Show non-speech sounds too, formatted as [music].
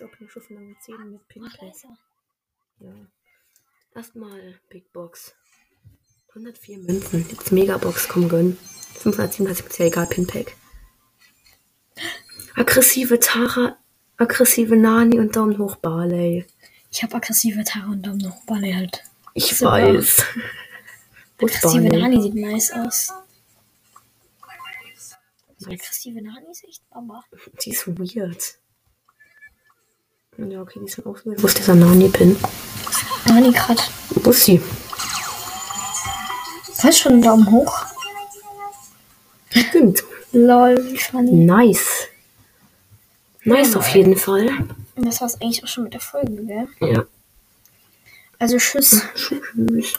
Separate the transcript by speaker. Speaker 1: Level 10 mit Pinkel. Ja. Erstmal Big Box. 104 Münzen. Jetzt Megabox, komm, gönn. 537 ist ja egal, Pinpack. Aggressive Tara, aggressive Nani und Daumen hoch Barley.
Speaker 2: Ich habe aggressive Tara und Daumen hoch Barley halt.
Speaker 1: Ich
Speaker 2: Super.
Speaker 1: weiß. Wo ist
Speaker 2: Aggressive
Speaker 1: Barley?
Speaker 2: Nani sieht nice aus. Die aggressive Nani ist echt Baba.
Speaker 1: Die ist weird. Ja, okay, die ist dann auch weird. Wo ist dieser Nani-Pin?
Speaker 2: Nani gerade.
Speaker 1: Wo ist sie?
Speaker 2: Weißt Halt schon, Daumen hoch.
Speaker 1: [laughs] Stimmt.
Speaker 2: Lol, wie funny.
Speaker 1: Nice. Nice auf jeden Fall.
Speaker 2: Und das war's eigentlich auch schon mit der Folge, gell?
Speaker 1: Ja.
Speaker 2: Also, tschüss.
Speaker 1: Tschüss.